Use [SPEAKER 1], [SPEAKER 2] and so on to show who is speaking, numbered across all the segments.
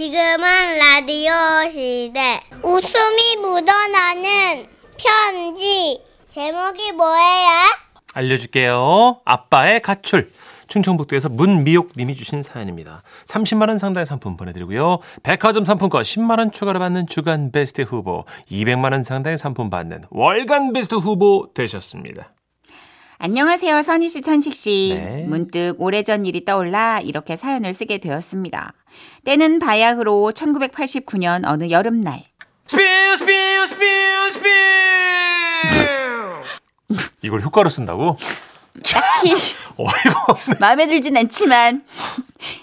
[SPEAKER 1] 지금은 라디오 시대. 웃음이 묻어나는 편지. 제목이 뭐예요?
[SPEAKER 2] 알려줄게요. 아빠의 가출. 충청북도에서 문미옥님이 주신 사연입니다. 30만 원 상당의 상품 보내드리고요. 백화점 상품권 10만 원 추가로 받는 주간 베스트 후보, 200만 원 상당의 상품 받는 월간 베스트 후보 되셨습니다.
[SPEAKER 3] 안녕하세요, 선희 씨, 천식 씨.
[SPEAKER 2] 네.
[SPEAKER 3] 문득 오래전 일이 떠올라 이렇게 사연을 쓰게 되었습니다. 때는 바야흐로 1989년 어느 여름날.
[SPEAKER 2] 스피우 스피우 스피우 스피우. 이걸 효과로 쓴다고?
[SPEAKER 3] 딱히
[SPEAKER 2] 어이가 없네.
[SPEAKER 3] 마음에 들진 않지만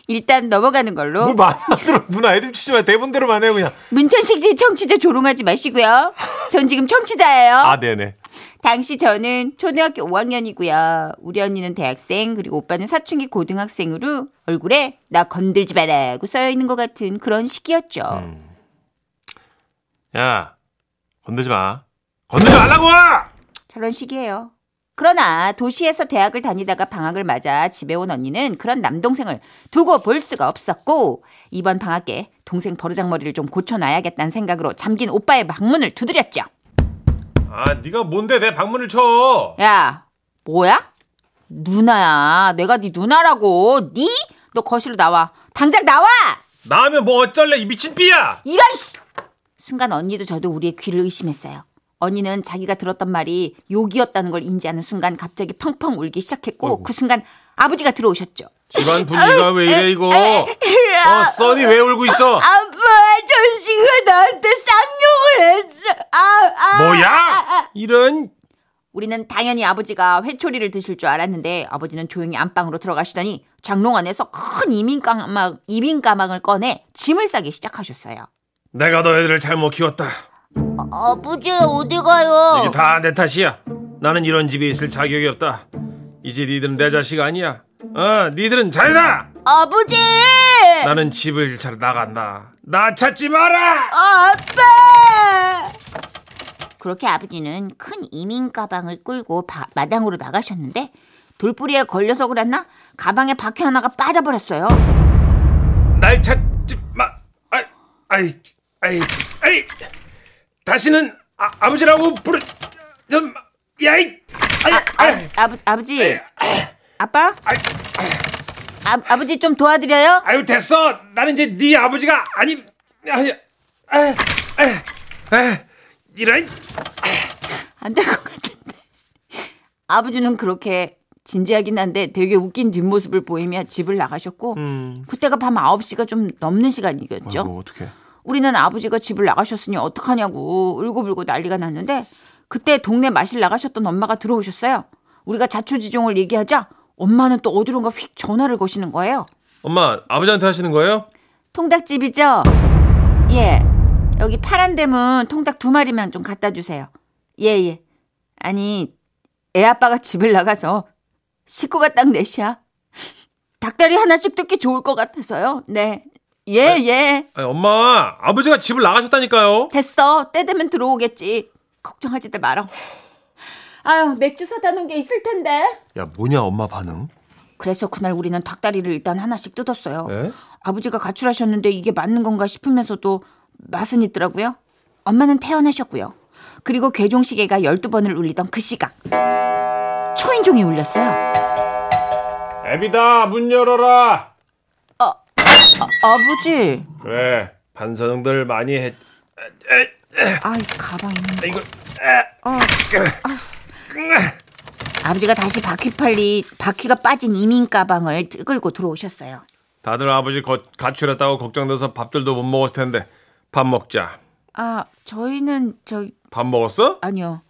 [SPEAKER 3] 일단 넘어가는 걸로.
[SPEAKER 2] 뭘 말만 들어 눈 아이들 치지 마 대본대로만 해요 그냥.
[SPEAKER 3] 문천식 씨 청취자 조롱하지 마시고요. 전 지금 청취자예요.
[SPEAKER 2] 아 네네.
[SPEAKER 3] 당시 저는 초등학교 5학년이고요. 우리 언니는 대학생 그리고 오빠는 사춘기 고등학생으로 얼굴에 나 건들지 말라고 써여 있는 것 같은 그런 시기였죠.
[SPEAKER 2] 네. 야 건들지 마. 건들지 말라고.
[SPEAKER 3] 저런 식이에요. 그러나 도시에서 대학을 다니다가 방학을 맞아 집에 온 언니는 그런 남동생을 두고 볼 수가 없었고 이번 방학에 동생 버르장머리를 좀 고쳐놔야겠다는 생각으로 잠긴 오빠의 방문을 두드렸죠.
[SPEAKER 2] 아 네가 뭔데 내 방문을 쳐?
[SPEAKER 3] 야 뭐야? 누나야 내가 네 누나라고 니? 너 거실로 나와 당장 나와!
[SPEAKER 2] 나하면 뭐 어쩔래 이 미친 삐야.
[SPEAKER 3] 이런 씨! 순간 언니도 저도 우리의 귀를 의심했어요. 언니는 자기가 들었던 말이 욕이었다는 걸 인지하는 순간 갑자기 펑펑 울기 시작했고 그 순간 아버지가 들어오셨죠.
[SPEAKER 2] 집안 분위기가 왜 이래 이거? 어 써니 왜 울고 있어?
[SPEAKER 3] 아빠, 전씨가 나한테 쌍욕을 했어. 아, 아.
[SPEAKER 2] 뭐야? 이런
[SPEAKER 3] 우리는 당연히 아버지가 회초리를 드실 줄 알았는데 아버지는 조용히 안방으로 들어가시더니 장롱 안에서 큰 이민가망, 이민가망을 꺼내 짐을 싸기 시작하셨어요.
[SPEAKER 2] 내가 너희들을 잘못 키웠다.
[SPEAKER 3] 아버지, 어디 가요?
[SPEAKER 2] 이게 다 내 탓이야. 나는 이런 집에 있을 자격이 없다. 이제 니들은 내 자식 아니야. 어, 니들은 잘다.
[SPEAKER 3] 아버지!
[SPEAKER 2] 나는 집을 잘 나간다. 나 찾지 마라.
[SPEAKER 3] 아빠! 그렇게 아버지는 큰 이민 가방을 끌고 바- 마당으로 나가셨는데 돌뿌리에 걸려서 그랬나? 가방에 바퀴 하나가 빠져버렸어요.
[SPEAKER 2] 날 찾지 마. 아이, 아이, 아이, 아이. 다시는 아, 아버지라고 부르. 좀 야이. 아이,
[SPEAKER 3] 아,
[SPEAKER 2] 아이,
[SPEAKER 3] 아버, 아버지, 아빠,
[SPEAKER 2] 아이,
[SPEAKER 3] 아, 아버지 좀 도와드려요.
[SPEAKER 2] 아유 됐어. 나는 이제 네 아버지가 아니. 아니, 아, 아, 아, 이런.
[SPEAKER 3] 안 될 것 같은데. 아버지는 그렇게 진지하긴 한데 되게 웃긴 뒷모습을 보이며 집을 나가셨고 그때가 밤 9시가 좀 넘는 시간이었죠.
[SPEAKER 2] 어떻게?
[SPEAKER 3] 우리는 아버지가 집을 나가셨으니 어떡하냐고 울고불고 난리가 났는데 그때 동네 마실 나가셨던 엄마가 들어오셨어요. 우리가 자초지종을 얘기하자 엄마는 또 어디론가 휙 전화를 거시는 거예요.
[SPEAKER 2] 엄마 아버지한테 하시는 거예요?
[SPEAKER 3] 통닭집이죠? 예. 여기 파란 대문 통닭 두 마리만 좀 갖다 주세요. 예, 예. 아니, 애 아빠가 집을 나가서 식구가 딱 넷이야. 닭다리 하나씩 뜯기 좋을 것 같아서요. 네. 예, 예.
[SPEAKER 2] 아니, 엄마 아버지가 집을 나가셨다니까요.
[SPEAKER 3] 됐어. 때 되면 들어오겠지. 걱정하지들 말어. 아유, 맥주 사다 놓은 게 있을 텐데.
[SPEAKER 2] 야 뭐냐 엄마 반응?
[SPEAKER 3] 그래서 그날 우리는 닭다리를 일단 하나씩 뜯었어요.
[SPEAKER 2] 에?
[SPEAKER 3] 아버지가 가출하셨는데 이게 맞는 건가 싶으면서도 맛은 있더라고요. 엄마는 퇴원하셨고요. 그리고 괴종시계가 12번을 울리던 그 시각. 초인종이 울렸어요.
[SPEAKER 2] 애비다 문 열어라.
[SPEAKER 3] 아버지.
[SPEAKER 2] 그래 반성들 많이 했.
[SPEAKER 3] 아이, 가방 있는
[SPEAKER 2] 이거 아.
[SPEAKER 3] 아버지가 다시 바퀴팔리, 바퀴가 빠진 이민 가방을 끌고 들어오셨어요.
[SPEAKER 2] 다들 아버지 거- 가출했다고 걱정돼서 밥들도 못 먹었을 텐데 밥 먹자.
[SPEAKER 3] 아, 저희는 저
[SPEAKER 2] 밥 먹었어?
[SPEAKER 3] 아니요.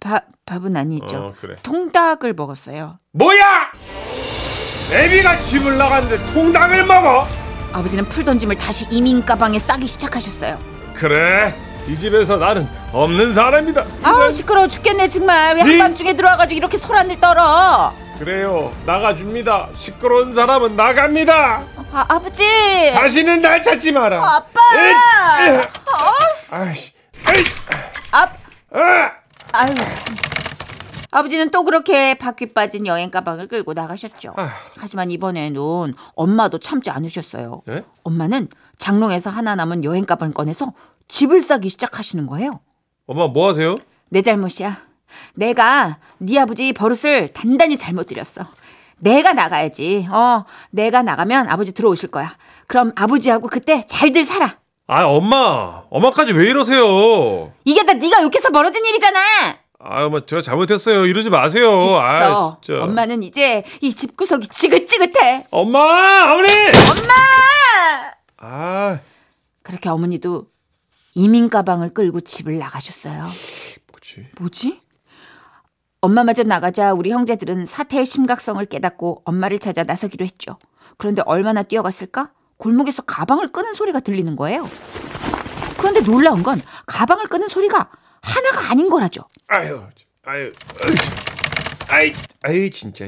[SPEAKER 3] 밥 밥은 아니죠.
[SPEAKER 2] 어, 그래.
[SPEAKER 3] 통닭을 먹었어요.
[SPEAKER 2] 뭐야? 애비가 집을 나갔는데 통닭을 먹어?
[SPEAKER 3] 아버지는 풀 던짐을 다시 이민 가방에 싸기 시작하셨어요.
[SPEAKER 2] 그래 이 집에서 나는 없는 사람이다.
[SPEAKER 3] 아우 시끄러워 죽겠네 정말 왜
[SPEAKER 2] 네.
[SPEAKER 3] 한밤중에 들어와가지고 이렇게 소란을 떨어 아,
[SPEAKER 2] 그래요 나가줍니다. 시끄러운 사람은 나갑니다.
[SPEAKER 3] 아버지
[SPEAKER 2] 다시는 날 찾지 마라.
[SPEAKER 3] 어, 아빠
[SPEAKER 2] 에, 에.
[SPEAKER 3] 어, 씨.
[SPEAKER 2] 아이씨, 에이,
[SPEAKER 3] 아,
[SPEAKER 2] 아,
[SPEAKER 3] 아유 아버지는 또 그렇게 바퀴 빠진 여행 가방을 끌고 나가셨죠.
[SPEAKER 2] 아휴.
[SPEAKER 3] 하지만 이번에는 엄마도 참지 않으셨어요.
[SPEAKER 2] 네?
[SPEAKER 3] 엄마는 장롱에서 하나 남은 여행 가방을 꺼내서 집을 싸기 시작하시는 거예요.
[SPEAKER 2] 엄마 뭐 하세요?
[SPEAKER 3] 내 잘못이야. 내가 네 아버지 버릇을 단단히 잘못 들였어. 내가 나가야지. 어, 내가 나가면 아버지 들어오실 거야. 그럼 아버지하고 그때 잘들 살아.
[SPEAKER 2] 아 엄마 엄마까지 왜 이러세요?
[SPEAKER 3] 이게 다 네가 욕해서 벌어진 일이잖아.
[SPEAKER 2] 아 엄마 제가 잘못했어요 이러지 마세요.
[SPEAKER 3] 됐어.
[SPEAKER 2] 아, 진짜.
[SPEAKER 3] 엄마는 이제 이 집구석이 지긋지긋해.
[SPEAKER 2] 엄마 어머니
[SPEAKER 3] 엄마!
[SPEAKER 2] 아
[SPEAKER 3] 그렇게 어머니도 이민 가방을 끌고 집을 나가셨어요.
[SPEAKER 2] 뭐지?
[SPEAKER 3] 뭐지? 엄마마저 나가자 우리 형제들은 사태의 심각성을 깨닫고 엄마를 찾아 나서기로 했죠. 그런데 얼마나 뛰어갔을까? 골목에서 가방을 끄는 소리가 들리는 거예요. 그런데 놀라운 건 가방을 끄는 소리가 하나가 아닌 거라죠.
[SPEAKER 2] 아유 아유 아유 아유 진짜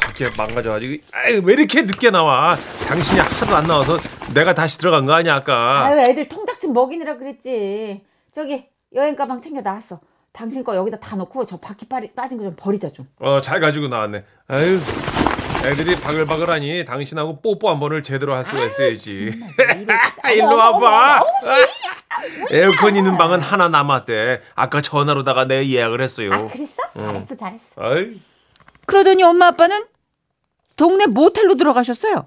[SPEAKER 2] 밖에 망가져가지고 아유 왜 이렇게 늦게 나와? 당신이 하도 안 나와서 내가 다시 들어간 거 아니야 아까?
[SPEAKER 3] 애들 통닭 좀 먹이느라 그랬지. 저기 여행 가방 챙겨 나왔어. 당신 거 여기다 다 놓고 저 바퀴 빠진 거 좀 버리자 좀.
[SPEAKER 2] 어 잘 가지고 나왔네. 아유 애들이 바글바글하니 당신하고 뽀뽀 한 번을 제대로 할 수가 있어야지.
[SPEAKER 3] 뭐
[SPEAKER 2] 아, 일로 와봐. 에어컨 있는 방은 하나 남았대. 아까 전화로다가 내 예약을 했어요.
[SPEAKER 3] 아, 그랬어? 잘했어 잘했어.
[SPEAKER 2] 아이,
[SPEAKER 3] 그 그러더니 엄마 아빠는 동네 모텔로 들어가셨어요.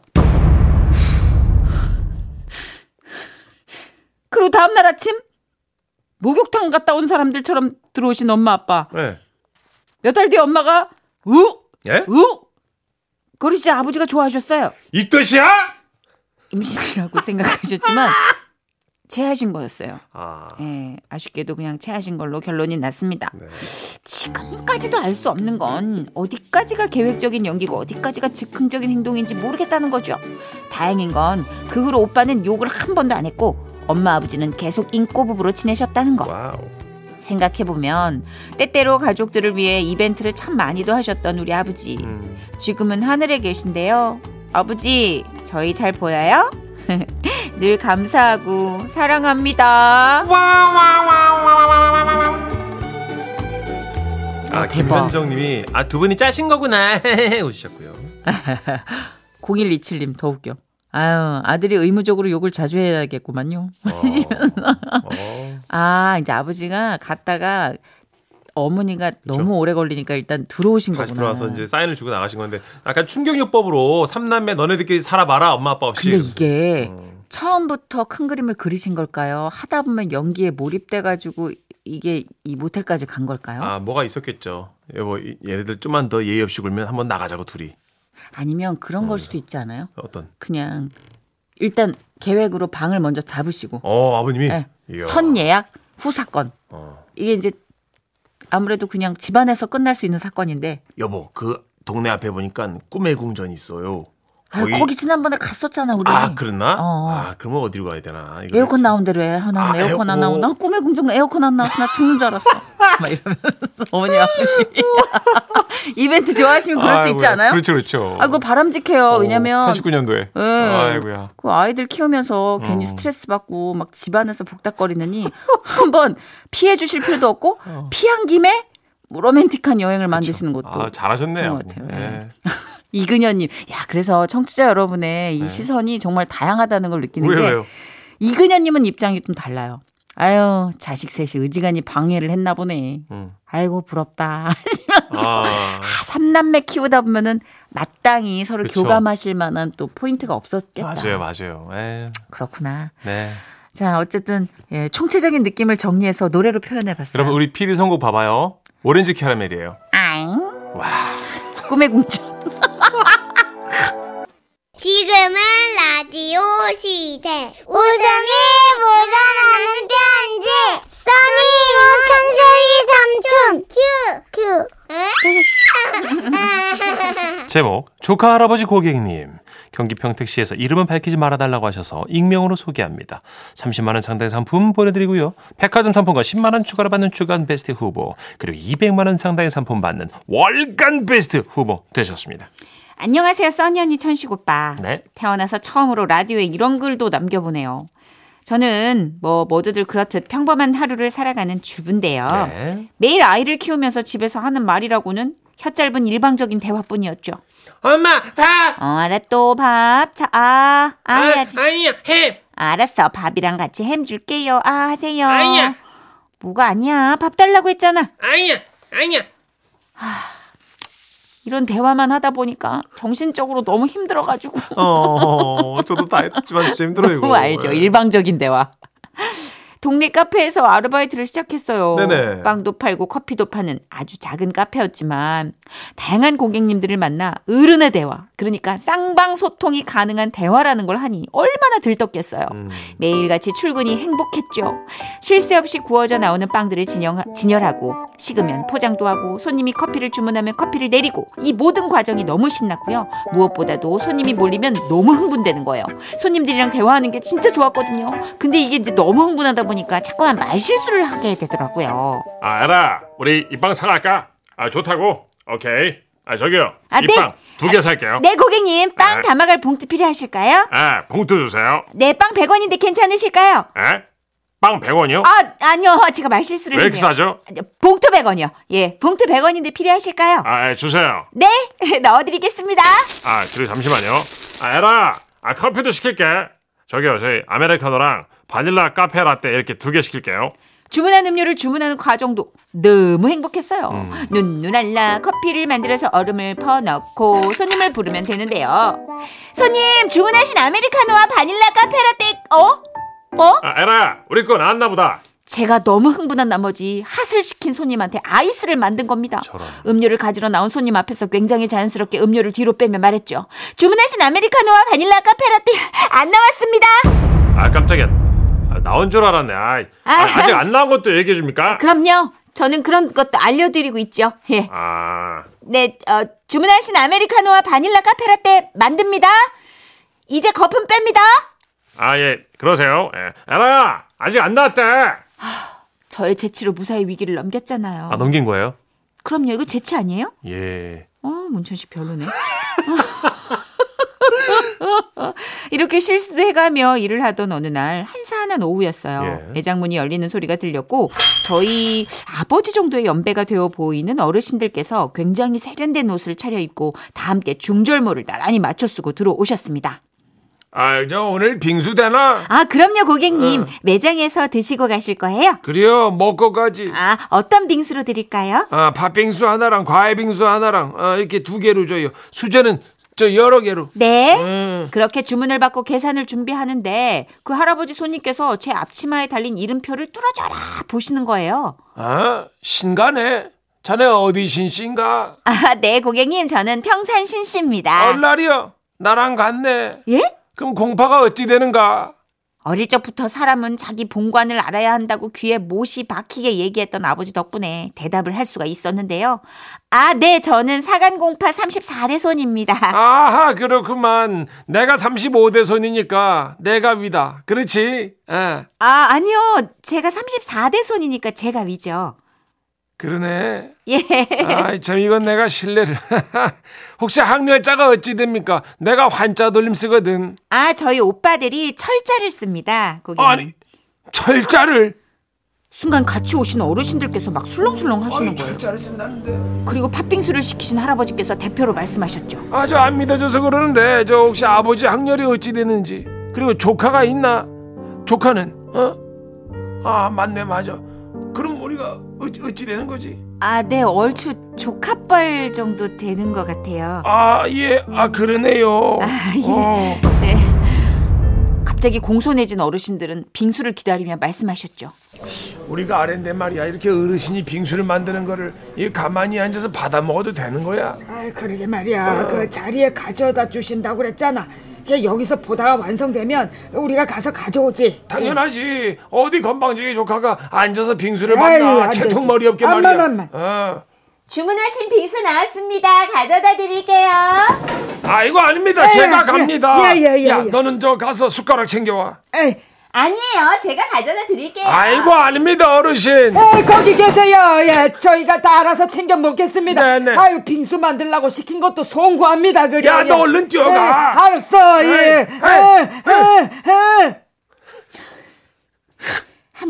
[SPEAKER 3] 그리고 다음날 아침 목욕탕 갔다 온 사람들처럼 들어오신 엄마 아빠.
[SPEAKER 2] 예.
[SPEAKER 3] 몇 달 뒤에 엄마가 우!
[SPEAKER 2] 예?
[SPEAKER 3] 우! 거리씨 아버지가 좋아하셨어요.
[SPEAKER 2] 이것이야?
[SPEAKER 3] 임신이라고 생각하셨지만 체하신 거였어요.
[SPEAKER 2] 아,
[SPEAKER 3] 예, 아쉽게도 그냥 체하신 걸로 결론이 났습니다.
[SPEAKER 2] 네.
[SPEAKER 3] 지금까지도 알 수 없는 건 어디까지가 계획적인 연기고 어디까지가 즉흥적인 행동인지 모르겠다는 거죠. 다행인 건 그 후로 오빠는 욕을 한 번도 안 했고 엄마 아버지는 계속 인꼬부부로 지내셨다는 거.
[SPEAKER 2] 와우.
[SPEAKER 3] 생각해보면 때때로 가족들을 위해 이벤트를 참 많이도 하셨던 우리 아버지.
[SPEAKER 2] 음.
[SPEAKER 3] 지금은 하늘에 계신데요. 아버지, 저희 잘 보여요? 늘 감사하고 사랑합니다.
[SPEAKER 2] 아,
[SPEAKER 3] 대박.
[SPEAKER 2] 김현정님이 아 두 분이 짜신 거구나 웃으셨고요.
[SPEAKER 3] 0127님 더 웃겨. 아유, 아들이 의무적으로 욕을 자주 해야겠구만요.
[SPEAKER 2] 어. 어.
[SPEAKER 3] 아, 이제 아버지가 갔다가 어머니가 너무 오래 걸리니까 일단 들어오신
[SPEAKER 2] 다시
[SPEAKER 3] 거구나.
[SPEAKER 2] 들어와서 이제 사인을 주고 나가신 건데 약간 충격요법으로 삼남매 너네들끼리 살아봐라 엄마 아빠 없이.
[SPEAKER 3] 근데 이게
[SPEAKER 2] 음.
[SPEAKER 3] 처음부터 큰 그림을 그리신 걸까요? 하다 보면 연기에 몰입돼 가지고 이게 이 모텔까지 간 걸까요?
[SPEAKER 2] 아 뭐가 있었겠죠. 여보 이- 얘네들 좀만 더 예의 없이 굴면 한번 나가자고 둘이
[SPEAKER 3] 아니면 그런 걸
[SPEAKER 2] 음.
[SPEAKER 3] 수도 있지 않아요?
[SPEAKER 2] 어떤.
[SPEAKER 3] 그냥 일단 계획으로 방을 먼저 잡으시고
[SPEAKER 2] 어 아버님이
[SPEAKER 3] 예.
[SPEAKER 2] 이야.
[SPEAKER 3] 선 예약 후 사건
[SPEAKER 2] 어.
[SPEAKER 3] 이게 이제 아무래도 그냥 집안에서 끝날 수 있는 사건인데
[SPEAKER 2] 여보 그 동네 앞에 보니까 꿈의 궁전이 있어요.
[SPEAKER 3] 아 거기, 지난번에 갔었잖아 우리
[SPEAKER 2] 아 그랬나?
[SPEAKER 3] 어.
[SPEAKER 2] 아 그러면 어디로 가야 되나? 이거
[SPEAKER 3] 에어컨 나온 대로 해. 아, 나
[SPEAKER 2] 아,
[SPEAKER 3] 에어컨 안
[SPEAKER 2] 에어-
[SPEAKER 3] 나온다. 꿈의 궁중 에어컨 안 나와서 나 죽는 줄 알았어. 막 이러면서 어머니 아버지 이벤트 좋아하시면 그럴 수 있지
[SPEAKER 2] 아이고야.
[SPEAKER 3] 않아요?
[SPEAKER 2] 그렇죠, 그렇죠.
[SPEAKER 3] 아 그거 바람직해요. 왜냐면
[SPEAKER 2] 89년도에.
[SPEAKER 3] 예.
[SPEAKER 2] 아이고야.
[SPEAKER 3] 그 아이들 키우면서
[SPEAKER 2] 어.
[SPEAKER 3] 괜히 스트레스 받고 막 집안에서 복닥거리느니 한번 피해 주실 필요도 없고 피한 김에 뭐 로맨틱한 여행을 만드시는 것도
[SPEAKER 2] 어. 아 잘하셨네요.
[SPEAKER 3] 좋은 뭐 것
[SPEAKER 2] 아버님.
[SPEAKER 3] 같아요.
[SPEAKER 2] 예.
[SPEAKER 3] 이근현님 야 그래서 청취자 여러분의 이 시선이 정말 다양하다는 걸 느끼는
[SPEAKER 2] 네. 왜요,
[SPEAKER 3] 게
[SPEAKER 2] 왜요?
[SPEAKER 3] 이근현님은 입장이 좀 달라요. 아유 자식 셋이 의지간히 방해를 했나 보네.
[SPEAKER 2] 음.
[SPEAKER 3] 아이고 부럽다 하시면서
[SPEAKER 2] 아,
[SPEAKER 3] 아, 삼남매 키우다 보면은 마땅히 서로
[SPEAKER 2] 그쵸.
[SPEAKER 3] 교감하실 만한 또 포인트가 없었겠다.
[SPEAKER 2] 맞아요, 맞아요. 예.
[SPEAKER 3] 그렇구나.
[SPEAKER 2] 네.
[SPEAKER 3] 자, 어쨌든 예, 총체적인 느낌을 정리해서 노래로 표현해 봤어요.
[SPEAKER 2] 여러분 우리 PD 선곡 봐봐요. 오렌지 캐러멜이에요.
[SPEAKER 3] 아잉.
[SPEAKER 2] 와.
[SPEAKER 3] 꿈의 궁전.
[SPEAKER 1] 지금은 라디오 시대. 웃음이 묻어나는 편지. 써니 우천세기 삼촌. 큐. 큐.
[SPEAKER 2] 제목 조카 할아버지 고객님 경기 평택시에서 이름은 밝히지 말아달라고 하셔서 익명으로 소개합니다. 30만 원 상당의 상품 보내드리고요. 백화점 상품과 10만 원 추가로 받는 주간 베스트 후보 그리고 200만 원 상당의 상품 받는 월간 베스트 후보 되셨습니다.
[SPEAKER 3] 안녕하세요, 써니 언니 천식 오빠.
[SPEAKER 2] 네.
[SPEAKER 3] 태어나서 처음으로 라디오에 이런 글도 남겨보네요. 저는 뭐 모두들 그렇듯 평범한 하루를 살아가는 주부인데요.
[SPEAKER 2] 네.
[SPEAKER 3] 매일 아이를 키우면서 집에서 하는 말이라고는 혀 짧은 일방적인 대화뿐이었죠.
[SPEAKER 4] 엄마, 밥!
[SPEAKER 3] 어, 알았어. 밥. 자, 아, 아, 해야지.
[SPEAKER 4] 아니야, 햄!
[SPEAKER 3] 알았어. 밥이랑 같이 햄 줄게요. 아, 하세요.
[SPEAKER 4] 아니야.
[SPEAKER 3] 뭐가 아니야. 밥 달라고 했잖아.
[SPEAKER 4] 아니야, 아니야.
[SPEAKER 3] 이런 대화만 하다 보니까 정신적으로 너무 힘들어가지고.
[SPEAKER 2] 어, 저도 다 했지만 진짜 힘들어요, 이거.
[SPEAKER 3] 너무 알죠.
[SPEAKER 2] 예.
[SPEAKER 3] 일방적인 대화. 동네 카페에서 아르바이트를 시작했어요.
[SPEAKER 2] 네네.
[SPEAKER 3] 빵도 팔고 커피도 파는 아주 작은 카페였지만 다양한 고객님들을 만나 어른의 대화, 그러니까 쌍방 소통이 가능한 대화라는 걸 하니 얼마나 들떴겠어요.
[SPEAKER 2] 음.
[SPEAKER 3] 매일같이 출근이 행복했죠. 쉴 새 없이 구워져 나오는 빵들을 진영, 진열하고 식으면 포장도 하고 손님이 커피를 주문하면 커피를 내리고 이 모든 과정이 너무 신났고요. 무엇보다도 손님이 몰리면 너무 흥분되는 거예요. 손님들이랑 대화하는 게 진짜 좋았거든요. 근데 이게 이제 너무 흥분하다 보니까 자꾸만 말실수를 하게 되더라고요.
[SPEAKER 5] 알아. 우리 입방 사갈까? 아 좋다고. 오케이. 아 저기요.
[SPEAKER 3] 아, 네.
[SPEAKER 5] 입방 두 개 살게요.
[SPEAKER 3] 네 고객님 빵
[SPEAKER 5] 아.
[SPEAKER 3] 담아갈 봉투 필요하실까요?
[SPEAKER 5] 아 봉투 주세요.
[SPEAKER 3] 네 빵 100원인데 괜찮으실까요?
[SPEAKER 5] 에? 빵 100원이요?
[SPEAKER 3] 아 아니요 제가 말실수를
[SPEAKER 5] 왜 이렇게
[SPEAKER 3] 했네요.
[SPEAKER 5] 싸죠?
[SPEAKER 3] 봉투 100원이요. 예 봉투 100원인데 필요하실까요?
[SPEAKER 5] 아 예, 주세요.
[SPEAKER 3] 네, 넣어드리겠습니다.
[SPEAKER 5] 아 그리고 잠시만요. 아 에라. 아 커피도 시킬게. 저기요 저희 아메리카노랑 바닐라 카페 라떼 이렇게 두 개 시킬게요.
[SPEAKER 3] 주문한 음료를 주문하는 과정도 너무 행복했어요.
[SPEAKER 5] 음.
[SPEAKER 3] 눈누랄라 커피를 만들어서 얼음을 퍼넣고 손님을 부르면 되는데요. 손님, 주문하신 아메리카노와 바닐라 카페라떼, 어? 어?
[SPEAKER 5] 아 에라. 우리 거 나왔나 보다.
[SPEAKER 3] 제가 너무 흥분한 나머지 핫을 시킨 손님한테 아이스를 만든 겁니다. 음료를 가지러 나온 손님 앞에서 굉장히 자연스럽게 음료를 뒤로 빼며 말했죠. 주문하신 아메리카노와 바닐라 카페라떼 안 나왔습니다.
[SPEAKER 5] 아 깜짝이야. 아, 나온 줄 알았네. 아, 아, 아직 안 나온 것도 얘기해 줍니까?
[SPEAKER 3] 아, 그럼요. 저는 그런 것도 알려드리고 있죠. 예.
[SPEAKER 5] 아
[SPEAKER 3] 네, 어, 주문하신 아메리카노와 바닐라 카페라떼 만듭니다. 이제 거품 뺍니다.
[SPEAKER 5] 아, 예, 그러세요. 예. 에라야, 아직 안 나왔대.
[SPEAKER 3] 저의 재치로 무사히 위기를 넘겼잖아요.
[SPEAKER 2] 아, 넘긴 거예요?
[SPEAKER 3] 그럼요, 이거 재치 아니에요?
[SPEAKER 2] 예.
[SPEAKER 3] 어, 문천 씨 별로네. 이렇게 실수도 해가며 일을 하던 어느 날 한산한 오후였어요.
[SPEAKER 2] 예.
[SPEAKER 3] 매장문이 열리는 소리가 들렸고 저희 아버지 정도의 연배가 되어 보이는 어르신들께서 굉장히 세련된 옷을 차려입고 다 함께 중절모를 나란히 맞춰 쓰고 들어오셨습니다.
[SPEAKER 4] 아, 저 오늘 빙수 되나?
[SPEAKER 3] 아, 그럼요, 고객님. 매장에서 드시고 가실 거예요?
[SPEAKER 4] 그래요, 먹고 가지.
[SPEAKER 3] 아, 어떤 빙수로 드릴까요?
[SPEAKER 4] 아, 팥빙수 하나랑 과일빙수 하나랑 아, 이렇게 두 개로 줘요. 수저는 저 여러 개로.
[SPEAKER 3] 네.
[SPEAKER 4] 음.
[SPEAKER 3] 그렇게 주문을 받고 계산을 준비하는데 그 할아버지 손님께서 제 앞치마에 달린 이름표를 뚫어져라 보시는 거예요.
[SPEAKER 4] 아, 신가네. 자네 어디 신신가?
[SPEAKER 3] 아, 네, 고객님. 저는 평산신 씨입니다.
[SPEAKER 4] 얼날이요. 나랑 같네.
[SPEAKER 3] 예?
[SPEAKER 4] 그럼 공파가 어찌 되는가?
[SPEAKER 3] 어릴 적부터 사람은 자기 본관을 알아야 한다고 귀에 못이 박히게 얘기했던 아버지 덕분에 대답을 할 수가 있었는데요. 아, 네, 저는 사간공파 34대손입니다.
[SPEAKER 4] 아하 그렇구만 내가 35대 손이니까 내가 위다 그렇지 예
[SPEAKER 3] 아, 아니요. 제가 34대손이니까 제가 위죠.
[SPEAKER 4] 그러네
[SPEAKER 3] 예.
[SPEAKER 4] 아참 이건 내가 신뢰를 혹시 학렬자가 어찌 됩니까 내가 환자 돌림 쓰거든
[SPEAKER 3] 아, 저희 오빠들이 철자를 씁니다. 고객님.
[SPEAKER 4] 아니 철자를
[SPEAKER 3] 순간 같이 오신 어르신들께서 막 술렁술렁 하시는 거예요.
[SPEAKER 4] 아, 철자를 쓴다는데
[SPEAKER 3] 그리고 팥빙수를 시키신 할아버지께서 대표로 말씀하셨죠.
[SPEAKER 4] 아 저 안 믿어져서 그러는데 저 혹시 아버지 학렬이 어찌 되는지 그리고 조카가 있나 조카는 어? 어아 맞네 맞아 그럼 우리가 어찌, 어찌 되는 거지
[SPEAKER 3] 아, 네, 얼추 조카뻘 정도 되는 것 같아요.
[SPEAKER 4] 아 예 아 그러네요
[SPEAKER 3] 예.
[SPEAKER 4] 어.
[SPEAKER 3] 네. 갑자기 공손해진 어르신들은 빙수를 기다리며 말씀하셨죠.
[SPEAKER 4] 우리가 아랜데 말이야 이렇게 어르신이 빙수를 만드는 거를 이 가만히 앉아서 받아 먹어도 되는 거야
[SPEAKER 6] 아이 그러게 말이야 그 자리에 가져다 주신다고 그랬잖아 걔 여기서 보다가 완성되면 우리가 가서 가져오지
[SPEAKER 4] 당연하지 어디 건방지게 조카가 앉아서 빙수를
[SPEAKER 6] 아유,
[SPEAKER 4] 만나
[SPEAKER 6] 안 되지.
[SPEAKER 4] 채통머리 없게
[SPEAKER 6] 암만,
[SPEAKER 4] 말이야
[SPEAKER 6] 암만.
[SPEAKER 4] 어.
[SPEAKER 3] 주문하신 빙수 나왔습니다. 가져다 드릴게요.
[SPEAKER 4] 아이고
[SPEAKER 6] 예,
[SPEAKER 4] 아닙니다 제가 갑니다
[SPEAKER 6] 야, 야, 야,
[SPEAKER 4] 야,
[SPEAKER 6] 야.
[SPEAKER 4] 너는 저 가서 숟가락 챙겨와
[SPEAKER 6] 에이,
[SPEAKER 3] 아니에요. 네, 어, 제가 가져다 드릴게요.
[SPEAKER 4] 아이고 아닙니다 어르신
[SPEAKER 6] 에이 거기 계세요 예 저희가 다 알아서 챙겨 먹겠습니다
[SPEAKER 4] 네, 네.
[SPEAKER 6] 아유 빙수 만들라고 시킨 것도 송구합니다 그래
[SPEAKER 4] 야, 너 얼른 뛰어가.
[SPEAKER 6] 에이, 알았어
[SPEAKER 4] 에이,
[SPEAKER 6] 예
[SPEAKER 4] 에이,
[SPEAKER 6] 에이, 에이, 에이.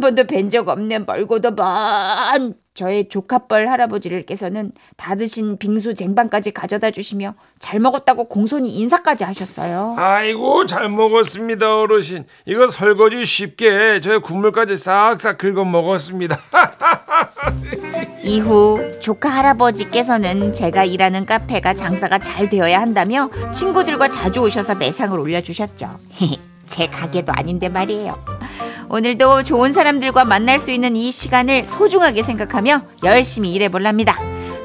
[SPEAKER 7] 번도 뵌 적 없는 멀고도 먼 저의 조카뻘 할아버지를께서는 다 드신 빙수 쟁반까지 가져다 주시며 잘 먹었다고 공손히 인사까지 하셨어요.
[SPEAKER 4] 아이고 잘 먹었습니다 어르신 이거 설거지 쉽게 저의 국물까지 싹싹 긁어 먹었습니다
[SPEAKER 7] 이후 조카 할아버지께서는 제가 일하는 카페가 장사가 잘 되어야 한다며 친구들과 자주 오셔서 매상을 올려주셨죠. 제 가게도 아닌데 말이에요. 오늘도 좋은 사람들과 만날 수 있는 이 시간을 소중하게 생각하며 열심히 일해볼랍니다.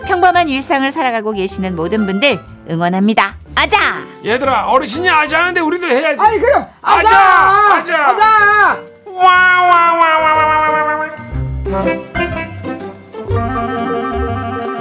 [SPEAKER 7] 평범한 일상을 살아가고 계시는 모든 분들 응원합니다. 아자!
[SPEAKER 4] 얘들아 어르신이 아자하는데 우리도 해야지
[SPEAKER 6] 아이 그럼 아자
[SPEAKER 4] 아자! 아자!
[SPEAKER 6] 아자!
[SPEAKER 4] 와와와와와와와와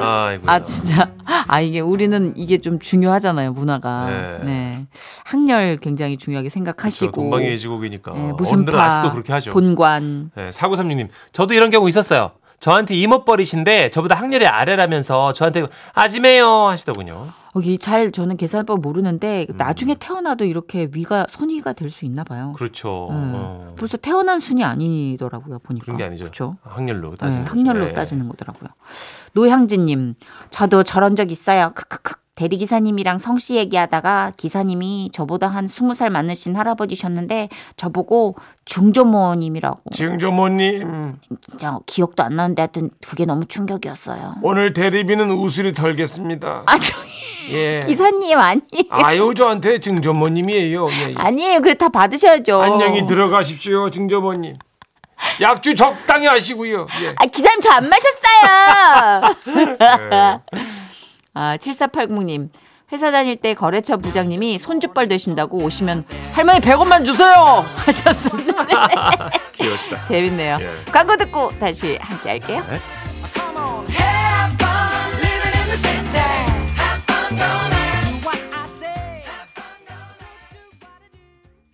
[SPEAKER 2] 아이고.
[SPEAKER 3] 아 진짜 아 이게 우리는 이게 좀 중요하잖아요 문화가
[SPEAKER 2] 네. 그렇죠.
[SPEAKER 3] 네, 학렬 굉장히 중요하게 생각하시고
[SPEAKER 2] 동방의 예지국이니까
[SPEAKER 3] 네,
[SPEAKER 2] 어른들 아직도 그렇게 하죠.
[SPEAKER 3] 본관
[SPEAKER 2] 네, 4936님, 저도 이런 경우 있었어요. 저한테 이모뻘이신데 저보다 학렬이 아래라면서 저한테 아지매요 하시더군요.
[SPEAKER 3] 여기 어, 잘 저는 계산법 모르는데 나중에 태어나도 이렇게 위가 선위가 될 수 있나 봐요.
[SPEAKER 2] 음. 그렇죠.
[SPEAKER 3] 음.
[SPEAKER 2] 어.
[SPEAKER 3] 벌써 태어난 순이 아니더라고요 보니까
[SPEAKER 2] 그런 게 아니죠.
[SPEAKER 3] 그렇죠?
[SPEAKER 2] 학렬로
[SPEAKER 3] 네,
[SPEAKER 2] 따지는 거죠.
[SPEAKER 3] 학렬로
[SPEAKER 2] 예.
[SPEAKER 3] 따지는 거더라고요. 노향진님, 저도 저런 적 있어요. 크크크. 대리기사님이랑 성씨 얘기하다가 기사님이 저보다 한 스무 살 많으신 할아버지셨는데 저보고 중조모님이라고
[SPEAKER 4] 증조모님
[SPEAKER 3] 진짜 기억도 안 나는데 하여튼 그게 너무 충격이었어요.
[SPEAKER 4] 오늘 대리비는 우수리 털겠습니다
[SPEAKER 3] 아, 저
[SPEAKER 4] 예.
[SPEAKER 2] 네.
[SPEAKER 3] 기사님 아니에요.
[SPEAKER 4] 아유 저한테 증조모님이에요 예, 예.
[SPEAKER 3] 아니에요. 그래 다 받으셔야죠.
[SPEAKER 4] 안녕히 들어가십시오 증조모님 약주 적당히 하시고요 예.
[SPEAKER 3] 아, 기사님 저 안 마셨어요. 아, 7480님. 회사 다닐 때 거래처 부장님이 손주뻘 되신다고 오시면 할머니 100원만 주세요! 하셨었는데.
[SPEAKER 2] 귀여우시다.
[SPEAKER 3] 재밌네요. 광고 듣고 다시 함께 할게요.
[SPEAKER 2] 네.